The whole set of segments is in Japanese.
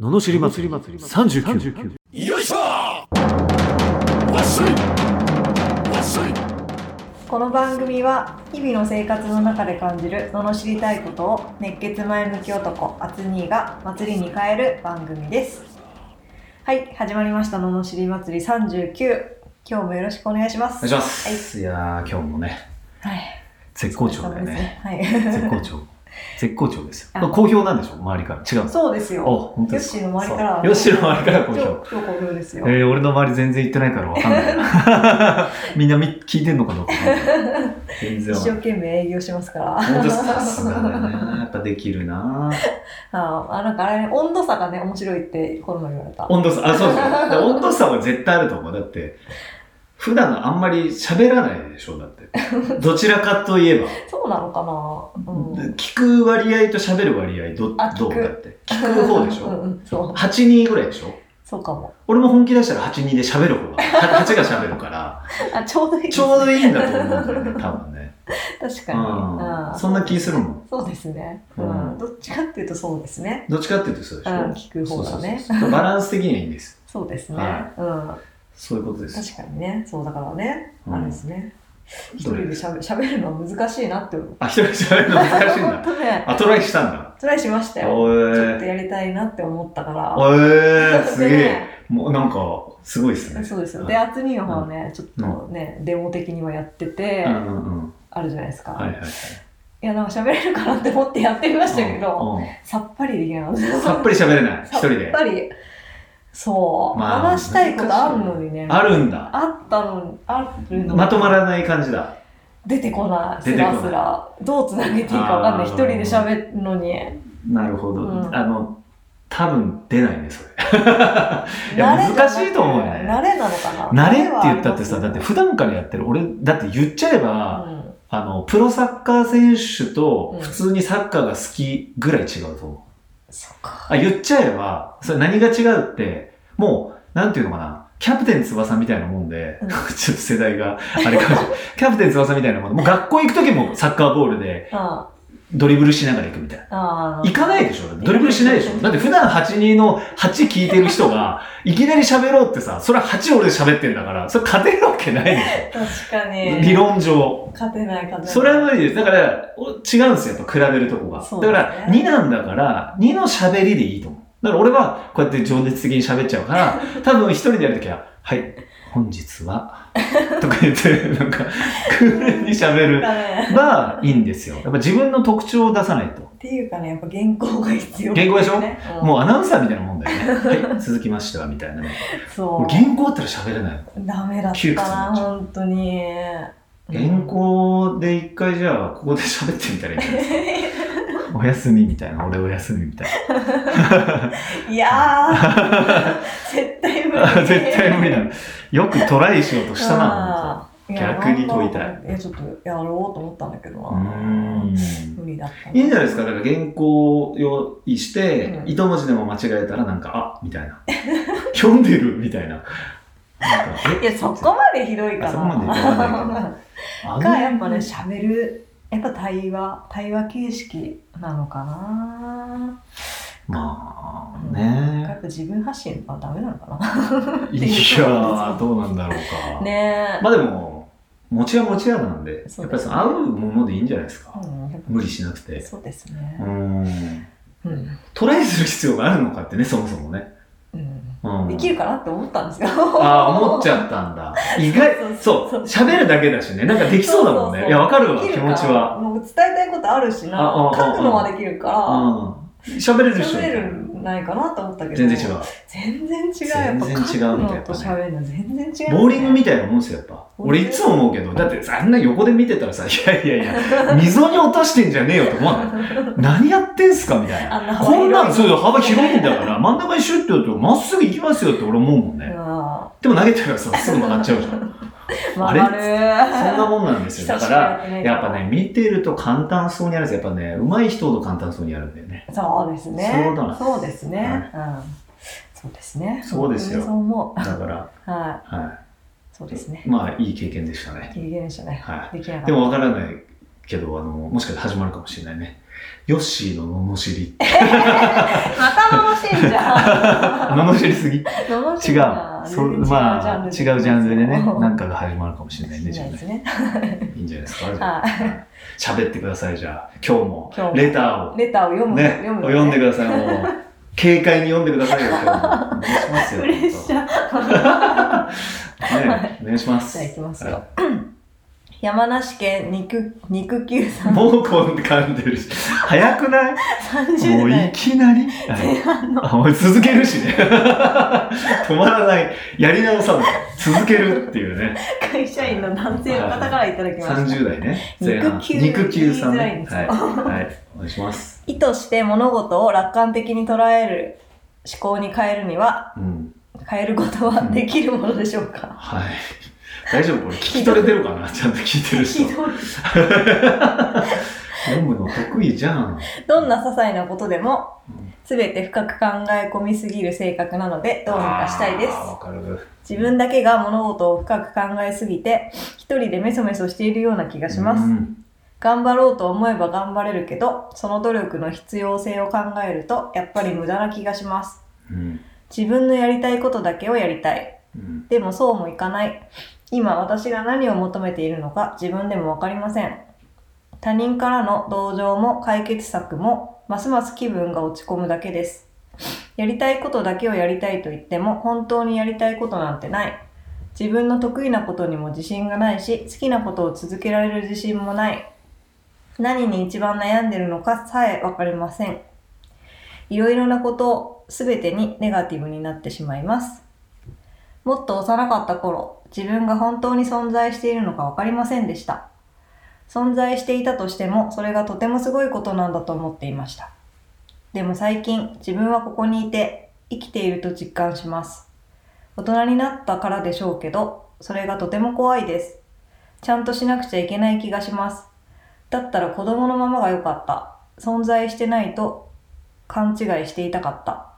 ののしり祭り39よいしょわっしょいわっしょいこの番組は日々の生活の中で感じる罵りたいことを熱血前向き男アツニーが祭りに変える番組ですはい始まりました罵り祭り39今日もよろしくお願いしまおす願いします。い、やー、今日もね、はい、はい、絶好調だよね。絶は好い調。絶好調ですあよ。好評なんでしょ周りから。違う。そうですおよ本当ヨッですシか。ーの周りからはそうヨッシーの周りから好今日評。今日好評ですよ、えー、俺の周り全然行ってないからわかんないな。 みんなみ聞いてんのかどうかわかんない。全然わ一かん生ない。懸命営業しますから本当さすがだね。やっぱできるなああなんかあれ温度差がね面白いってこの前言われた温度差、あ、そうそう。だから温度差は絶対あると思う。だって、普段あんまり喋らないでしょだって。どちらかといえば。そうなのかな、うん、聞く割合と喋る割合どあ聞どくうだ って聞く方でしうょんうん、そう8人ぐらいでしょそうかも俺も本気出したら8人で喋る方が は8が喋る からあちょうどいいちょうどいいんだと思うんだよね多分ね、確かにううんん、そんな気するもんそうですね、うんうんどっちかっていうとそうですねどっちかっていうとそうでしょ、うん聞く方だねそうそうそうバランス的にはいいんですそうですね、はそういうことでうんす確かにねそうだからね、うんあれですね一ど人れでしゃべしゃべるのは難しいなって思うあ一人で喋るの難しいん 本だ当ねあトライしたんだトライしましたよおちょっとえやりたいなって思ったからおえすげでえ ねもうなんかすごいですねそうですよ。んで、厚みの方はね、ちょっとね、デモ的にはやってて、うんうんうんあるじゃないですか。はいはいい、はいや、なんか喋れるかなって思ってやってみましたけど、うんうんさっぱりできなかった。さっぱり喋れ ない、一人やっで。ぱり、そう、まあ話したいことあるのにね、あるんだ。あったのに、あるのにまとまらない感じだ。出てこない、出すてこならいすら、どうつなげていいかわかんない、あー一人で喋るのに、なるほど。うんあの、多分出ないね、それ。いや慣れじゃなく難しいと思うよね慣れなのかな。慣れって言ったってさ、だってうん、普段からやってる、俺、だって言っちゃえば、あの、プロサッカー選手と普通にサッカーが好きぐらい違うと思う。そっか。あ、言っちゃえば、それ何が違うって、もう、なんていうのかな、キャプテン翼みたいなもんで、う んちょっと世代が、あれかもしれない。キャプテン翼みたいなもんで、もう学校行く時もサッカーボールであドリブルしながら行くみたいな。あー、行かないでしょドリブルしないでしょだって普段8人の8聞いてる人が、いきなり喋ろうってさ、それは8俺で喋ってんだから、それ勝てるわけないでし確かょに。理論上。勝てない、勝てない。それは無理です。だから、お違うんですよ、やっぱ比べるとこが。そうでだすかねら、2なんだから、2の喋りでいいと思う。だから俺は、こうやって情熱的に喋っちゃう から、多分一人でやるときは、はい、本日は、とか言って、なん か、クールに喋るだね。がいいんですよ。やっぱ自分の特徴を出さないと。っていうかね、やっぱ原稿が必要、原稿でしょねうんもうアナウンサーみたいなもんだよ ね。はい、続きましては、みたいなね。そもう原稿あったら喋れない。う。ダメだっ窮屈たになな、っちゃう本当に。原稿で一回じゃあ、ここで喋ってみたらいいんじゃない ですか。お休みみたいな、俺お休みみたいな。いや ー、絶対無 理。絶対無理なの。よくトライしようとしたな。うん。逆に問いたいや。え、ちょっとやろうと思ったんだけどな。うーん無理だった。いいんじゃないですか。だから原稿を用意して、うん糸文字でも間違えたらなんか、あ、みたいな。読んでるみたいな。なんかいや、そこまでひどいかあそこまでひどいなか。あの が、やっぱね、喋る、やっぱ対話、対話形式なのかな。まあやね。っぱ自分発信はダメなのかな。いんやうー、んどうなんだろうか。ねえ。まあでも、持ちは持ちやなんで、そやっうぱでりすそねの合うものでいいんじゃないですか。うんやっ無理しなくぱて。そうですうね。ん。うんトライする必要があるのかってね、そもそもね。うんうん、できるかなって思ったんですよ。ああ、思っちゃったんだ。意外、そうそう、喋るだけだしね、なんかできそうだもんそうそうそうね。いや、わかるわ、でき気るか持ちは。もう伝えたいことあるしあなあ。あ書くのはできるから、うん。喋れるでしょ。みた喋いなるんないかなと思ったけど。全然違う。全然違う。全然違うみたいなやっぱ書くのと喋るの全然違う、ボーリングみたいなもんですよ、やっぱ。ボーリ俺ングいつも思うけど、だってさあんな横で見てたらさ、い やいやいや、溝に落としてんじゃねえよと思わない。何やってんすかみたいあんなな。幅こ広いんなん、そう幅広いんだから、真ん中にシュッてやると、まっすぐ行きますよって俺思うもんね。な。でも投げたらさ、すぐ曲がっちゃうじゃん。うん。あれ曲がる。そんなもんもんなん ですよ。だから、やっぱね、。見てると簡単そうにやるんですよ。やっぱね、上手い人ほど簡単そうにやるんだよね。そうですね。そういうことなんですそうですね。うん。そうですね。そうですよ本当にそう思だから、う。は。はいそうですねい。。まあ、いい経験でしたね。経験でしたね。はできない。かった。でも、わからないけど、あの、もしかして始まるかもしれないね。ヨッシーの罵り。 また罵る じゃん。罵りすぎ違う。罵るじゃんそう全然まあ、違うジャンルでね、なんかが始まるかもしれないね、しじゃあないでねすね。いいんじゃないですか。ははい喋ってください、じゃあ。今日も今日、もレターを。レターを読む、ね、読む、読んでください。もう、軽快に読んでくださいよ。今日もお願いしますよ。プレッシャー。ね、お願いします。じゃあ行きますはよ。山梨県肉、肉球さい ん。もうこんで噛んでるし。早くないも30うい代。きなり、あもう続けるしね 止まらないやり直さない続けるっていうね会社員の男性の方からいただきました。 30代ね前半肉球肉球さん言いづらいんねですよは い、はい、お願いします、意図して物事を楽観的に捉える思考に変えるにはうん、変えることはできるものでしょうか、はい大丈夫これ聞き取れてるかなちゃんと聞いてる人ひどい読むの得意じゃんどんな些細なことでもうん全て深く考え込みすぎる性格なのでどうにかしたいですあーわかる自分だけが物事を深く考えすぎて一人でメソメソしているような気がします、うん頑張ろうと思えば頑張れるけどその努力の必要性を考えるとやっぱり無駄な気がしますうん自分のやりたいことだけをやりたいうんでもそうもいかない。今私が何を求めているのか自分でもわかりません。他人からの同情も解決策もますます気分が落ち込むだけです。やりたいことだけをやりたいと言っても本当にやりたいことなんてない。自分の得意なことにも自信がないし、好きなことを続けられる自信もない。何に一番悩んでるのかさえわかりません。いろいろなことすべてにネガティブになってしまいます。もっと幼かった頃、自分が本当に存在しているのか分かりませんでした。存在していたとしても、それがとてもすごいことなんだと思っていました。でも最近、自分はここにいて、生きていると実感します。大人になったからでしょうけど、それがとても怖いです。ちゃんとしなくちゃいけない気がします。だったら子供のままが良かった。存在してないと勘違いしていたかった。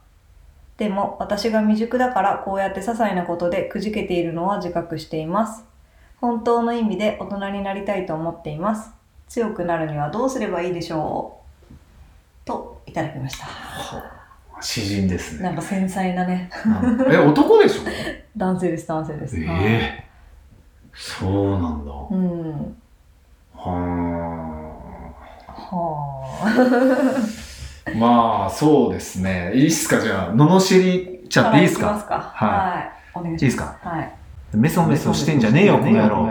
でも私が未熟だからこうやって些細なことでくじけているのは自覚しています。本当の意味で大人になりたいと思っています。強くなるにはどうすればいいでしょうといただきました。詩人ですなねんか繊細なね、うんえ、男でしょ男性です、男性です。はいええそうなんだうん。ははーまあそうですねいいっすかじゃあ罵りちあ。ゃっていいっすきまかすかははい。お願いいいっしすかます。はい。メソメソしてんじゃねえよこの野郎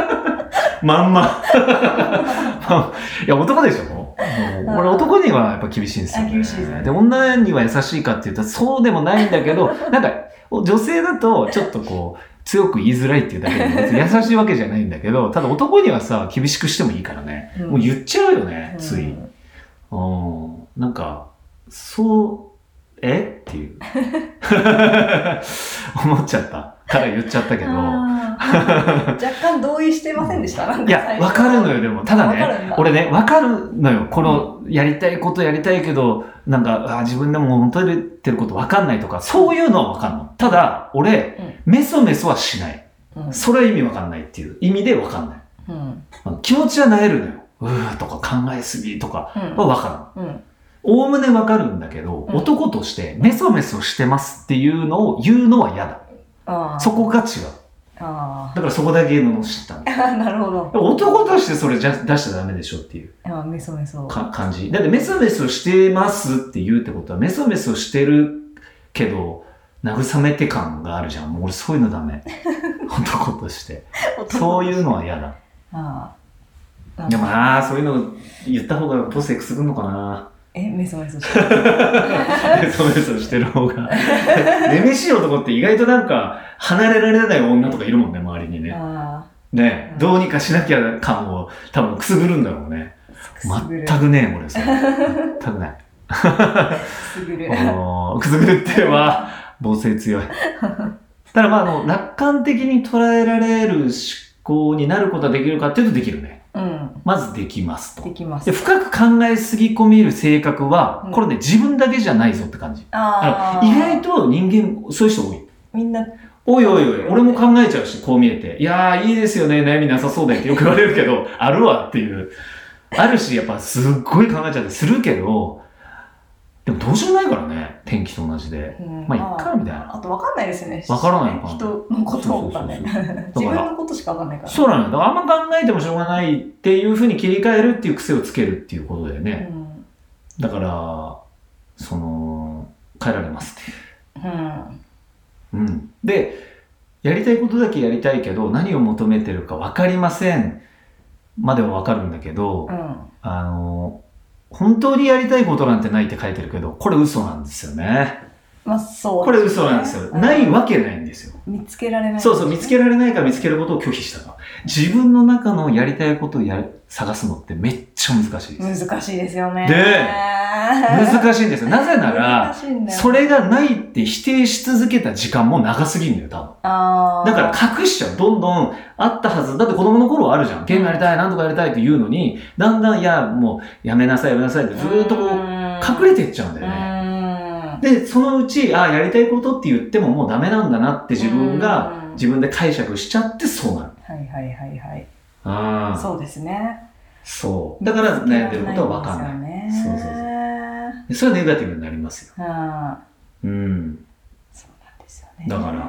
まんまいや男でしょもうあー俺男にはやっぱ厳しいんですよ、ね、あ厳しいですねで女には優しいかっていうとそうでもないんだけ どなんか女性だとちょっとこう強く言いづらいっていうだけで別に優しいわけじゃないんだけどただ男にはさ厳しくしてもいいからね、うんもう言っちゃうよねつい、うんうんなんか、そう、えっていう。 思っちゃった。から言っちゃったけど。あー若干同意してませんでしたなんいかや最、初わかるのよ、でも。ただわかるんねだ、俺ね、わかるのよ。この、やりたいことやりたいけど、なんか、あー自分でも求めてることわかんないとか、そういうのはわかんの。ただ、俺、メソメソはしない。うんそれは意味わかんないっていう意味でわかんない。うん。うん気持ちはなえるのよ。うーとか考えすぎとかうんはわかるの。うん。おおむねわかるんだけど、うん男としてメソメソしてますっていうのを言うのは嫌だ。ああ。そこが違う。あだからそこだけの知ったの。あ。 なるほど。男としてそれじゃ出しちゃダメでしょっていうああ、メソメソ。か感じ。だってメソメソしてますって言うってことは、メソメソしてるけど、慰めて感があるじゃん。もう俺そういうのダメ。男として。そういうのは嫌だ。ああ。でもなあ、そういうの言った方が母性くすぐんのかな。え、メソメソしてる。 メソメソしてる方が。めめしい男って意外となんか、離れられない女とかいるもんね、周りにね。あねう、んどうにかしなきゃ感を多分くすぐるんだろうね。あ。くすぐる。全くねえ、俺それ。全く ない。くすぐる。あのーくすぐるっては、母性強い。ただまあ、あの、楽観的に捉えられる思考になることはできるかっていうとできるね。うん。まずできますとで。きますで。深く考えすぎ込みる性格はう、んこれね、自分だけじゃないぞって感じ。あああ。の意外と人間、そういう人多い。みんな、おいおいおい、俺も考 えちゃうし、こう見えて。いやー、いいですよね、悩みなさそうだよってよく言われるけど、あるわっていう。あるし、やっぱすっごい考えちゃってするけど、でもどうしようもないからね、天気と同じで。うんまあ、いっか、みたいな。あと分かんないですよね。分からないから人のことがね。そうそうそう自分のことしか分かんないから。そうなのよ。だからあんま考えてもしょうがないっていう風に切り替えるっていう癖をつけるっていうことだよね。うん。だから、その、変えられますっていう。うん。うん、でやりたいことだけやりたいけど何を求めてるか分かりませんまでは分かるんだけど、うん。あの本当にやりたいことなんてないって書いてるけどこれ嘘なんですよねまあ、そう。これ嘘なんですようんないわけないんですよ見つけられない。そうそう見つけられないから見つけることを拒否したか自分の中のやりたいことをやる探すのってめっちゃ難しいです難しいですよね。で難難しいんですよなぜならしいんだよそれがないって否定し続けた時間も長すぎるんだよ多分あーだから隠しちゃう。どんどんあったはず。だって子供の頃はあるじゃん。ゲームやりたい、なんとかやりたいって言うのに、だんだん、いや、もう、やめなさい、やめなさいってずーっとこう、隠れていっちゃうんだうよーね。んで、そのうち、ああ、やりたいことって言ってももうダメなんだなって自分が、うん自分で解釈しちゃってそうなる。はいはいはいはい。ああ。そうですね。そう。だから悩んでることは分かんない。ないそうそうそそれはネガティブになりますよ。うん。そうなんうん。ですよね。だから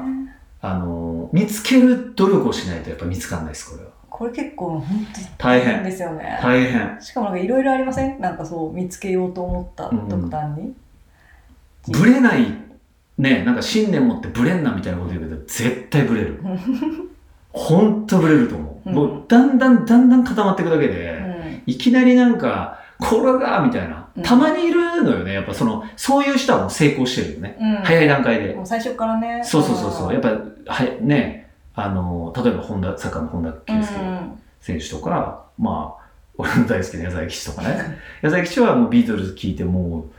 あのー見つける努力をしないとやっぱ見つかんないです、これは。これ結構本当に大変変。ですよね。大変。しかもなんかいろいろありませんなんかそう見つけようと思ったうん特段に。ブレないねなんか信念持ってブレんなみたいなこと言うけど絶対ブレ るうんほんとブレると思う、うんもうだんだんだんだん固まっていくだけで、うんいきなりなんかこれがみたいなうんたまにいるのよねやっぱそのそういう人はもう成功してるよね、うん早い段階で、もう最初からね。そうそうそうそうやっぱはいねあの例えば本田サッカーの本田圭佑、うん選手とか、まあ、 俺の大好きな矢沢吉とかね。矢沢吉はもうビートルズ聞いてもう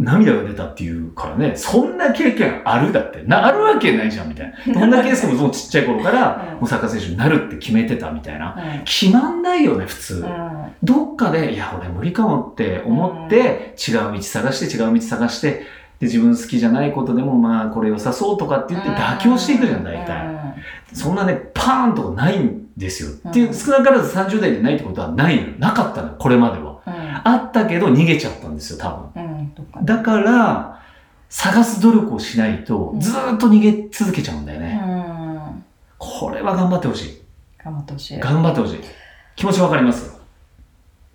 涙が出たっていうからね、そんな経験あるだって、な、あるわけないじゃんみたいな。どんなケースももうちっちゃい頃から、 うんもうサッカー選手になるって決めてたみたいな。うん決まんないよね、普通。うんどっかで、いや、俺無理かもって思って、違う道探して、違う道探して、で、自分好きじゃないことでも、まあ、これ良さそうとかって言って妥協していくじゃん、大体。うんそんなね、パーンとかないんですよ。うんっていう、少なからず30代でないってことはないの。なかったの、これまでは。うんあったけど逃げちゃったんですよ、多分。うんどっかでだから、探す努力をしないとう、んずーっと逃げ続けちゃうんだようね。んこれは頑張ってほしい。頑張ってほしい。頑張ってほしい。気持ちわかりますよ。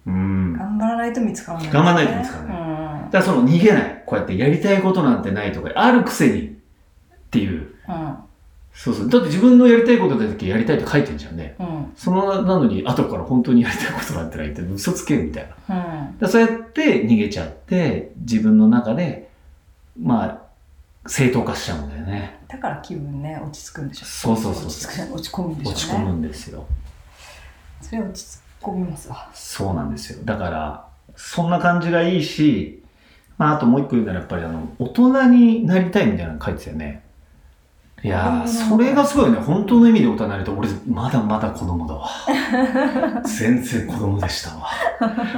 うん。だか頑張らないと見つからない、頑張らないと見つからならその逃げない。こうやってやりたいことなんてないとか、あるくせにっていう。そうそう。だって自分のやりたいことだけやりたいって書いてんじゃんね。うん。うん。うん。そのなのに後から本当にやりたいことなんてないって嘘つけるみたいな。だかうん。らそうやって逃げちゃって自分の中でまあ正当化しちゃうんだよね。だから気分ね、落ち着くんでしょ。そうそうそう落ちそ着くじゃう。ない落ち込むんでしょ、落ね。ち込むんですよ。それ落ち込みますわ。そうなんですよ。だからそんな感じがいいし、まああともう一個言うならやっぱりあの大人になりたいみたいなの書いてたよね。いやー、それがすごいね。本当の意味で大人になると、俺、まだまだ子供だわ。 全然子供でしたわ。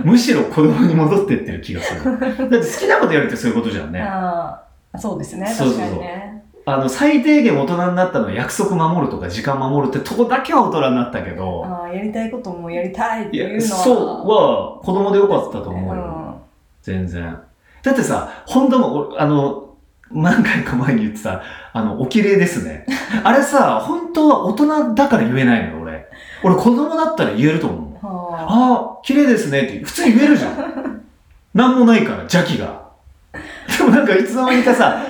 むしろ子供に戻ってってる気がする。だって好きなことやるってそういうことじゃんね。ああ、そうですね。そうそう確そうかにね。あの、最低限大人になったのは約束守るとか時間守るってとこだけは大人になったけど、ああ、やりたいこともやりたいっていいうや、のは。そうは子供でよかったと思うよ。全然。だってさ、本当も俺、あの、何回か前に言ってた、あの、お綺麗です ね。あれさ、本当は大人だから言えないのよ、俺。俺子供だったら言えると思う。うん。はあああ、綺麗ですねって普通に言えるじゃん。なんもないから、邪気が。でもなんかいつの間にかさ、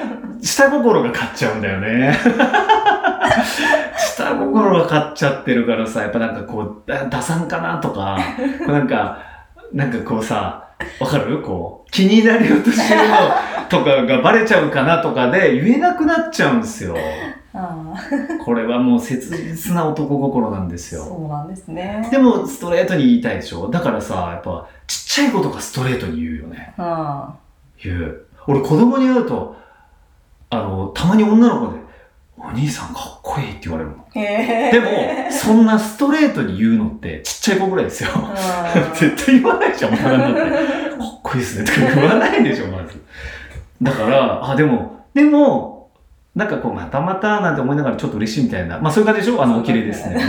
下心が勝っちゃうんだよね。 下心が勝っちゃってるからさ、やっぱなんかこう、だ打算かなとか、こうなんか、なんかこうさ、わかるこう、気になりようとしてるのとかがバレちゃうかなとかで言えなくなっちゃうんですよ。ああ、これはもう切実な男心なんですよ。そうなんですね。でもストレートに言いたいでしょだからさ、やっぱちっちゃいことがストレートに言うよね。あ言う。俺子供に会うと、あの、たまに女の子で、お兄さんかっこいいって言われるの。あ。へえ。でも、そんなストレートに言うのってちっちゃい子ぐらいですよ。う ん、絶対言わないじゃん、大人になって。かっこいいですねとか言わないでしょ、まず。だから、あ、でも、でも、なんかこう、またまたなんて思いながらちょっと嬉しいみたいな。まあそういう感じでしょあその、う綺麗ですね。ね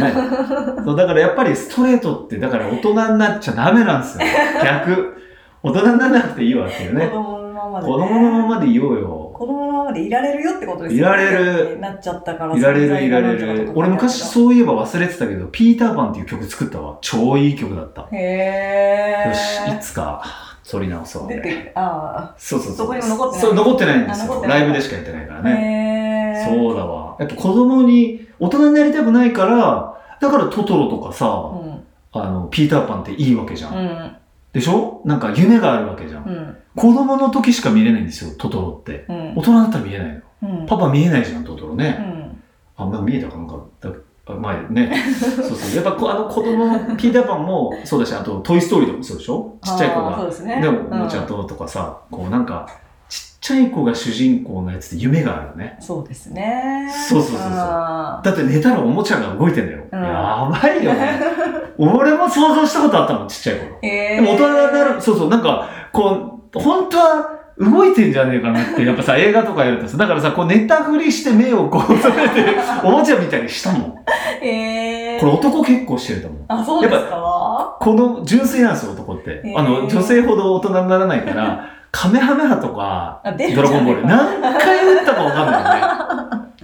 そう、だからやっぱりストレートって、だから大人になっちゃダメなんですよ。逆。大人にならなくていいわっていう子ね。供のまま子で、ね、供のままでいようよ。子供のままでいられるよってことですよね。いられるなっちゃったから。いられるいられ存在がなんとかとるか。俺昔そういえば忘れてたけど、ピーターパンっていう曲作ったわ。超いい曲だった。へー。よし、いつか、撮り直そう。出俺て、あそうそうそう。そこにも残ってないそう、残ってないんですあ残っよ。てないライブでしかやってないからあ、ね。へー。そうだわ。やっぱ子供に、大人になりたくないから、だからトトロとかさ、うん。あの、ピーターパンっていいわけじゃ。うんん。でしょなんか夢があるわけじゃん。うん。子供の時しか見れないんですよ、トトロって。うん大。人だったら見えないの。うん。パパ見えないじゃん、トトロうね。ん。あ、まあ見えたかなんか。だあ前ね。そうそう。やっぱこう、あの子供のピーターパンもそうだし、あと、トイストーリーとかもそうでしょちっちゃい子あーがそうですね。でも、おもちゃうんととかさ、こうなんか、ちっちゃい子が主人公のやつって夢があるよね。そうですね。そうそうそうそうあだって寝たらおもちゃが動いてんだよ。うんやばいよね。 俺も想像したことあったもん、ちっちゃい頃。ーへでー。も大人になる、そうそう、なんか、こう、本当は、動いてんじゃねえかなって、やっぱさ、映画とかやるとさ、だからさ、こう寝たふりして目をこう覚め て、おもちゃみたいにしたもん。こへー。れ男結構してると思う。あ、そうですかこの純粋なんですよ、男ってへ。ーあの、女性ほど大人にならないから、カメハメハとか、あ、出るドラゴンボール。じゃん何回打ったかわかんないよね。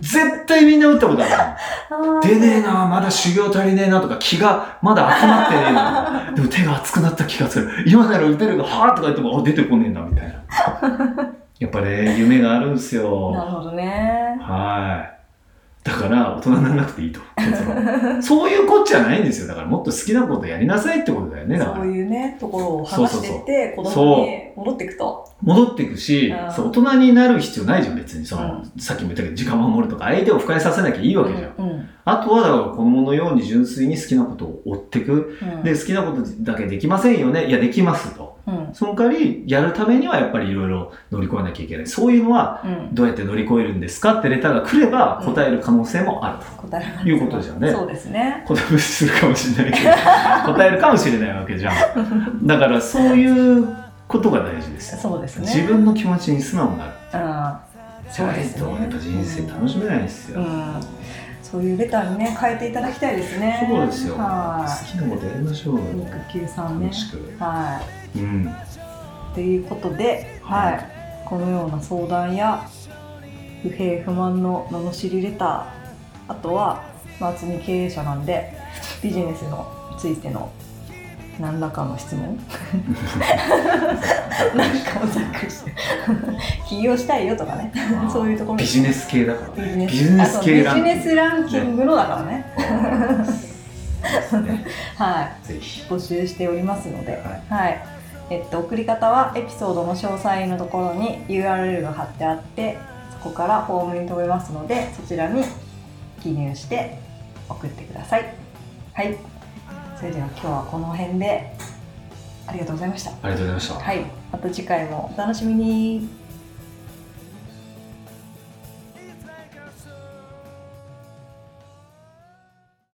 絶対みんな打ったことああーる。出ねえな、まだ修行足りねえなとか、気がまだ集まってねえな。でも手が熱くなった気がする。今なら打てるが、はーとか言っても、あ、出てこねえな、みたいな。やっぱね、夢があるんすなよ。るほどね。はい。だから、大人にならなくていいと。結論そういうこっちゃないんですよ。だから、もっと好きなことやりなさいってことだよね。だかそうら。いうね、ところを話してって、そう子そうそう供に戻っていくと。戻っていくしうん、そう大人になる必要ないじゃん、別に。その、うさっきも言ったけど、時間守るとか、相手を不快させなきゃいいわけじゃん。うんうんあとはだから子供のように純粋に好きなことを追っていく。うんで、好きなことだけできませんよね。いや、できますと。うんその代わり、やるためにはやっぱりいろいろ乗り越えなきゃいけない。そういうのは、うんどうやって乗り越えるんですかってレターが来れば答える可能性もあると。答えられないいうことですよねそうですね。答えするかもしれないけ ど、答えるかもしれないわけじゃん。だから、そういうことが大事ですよ。そうですね。自分の気持ちに素直になる。ああ、そうですじゃないとやっぱ人生楽しめないですよ。うん、そういうレターにね変えていただきたいですね。そうですよ。好きはなことやりましょうよ。い。肉球さんね楽。しく。は うん。い。ということで、はい。はいこのような相談や不平不満の罵りレター、あとはまあ厚み経営者なんでビジネスのついての何らかの質問なんかをざっくりして 起業したいよとかねまあそういうところビジネス系だからビねジネスビジネス系ランあそうビジネスランキングのだからねねはぜひい募集しておりますのではいはいえっと、送り方はエピソードの詳細のところに URL が貼ってあってそこからフォームに飛べますのでそちらに記入して送ってくださいはいそれでは今日はこの辺でありがとうございましたありがとうございましたはいまた次回もお楽しみに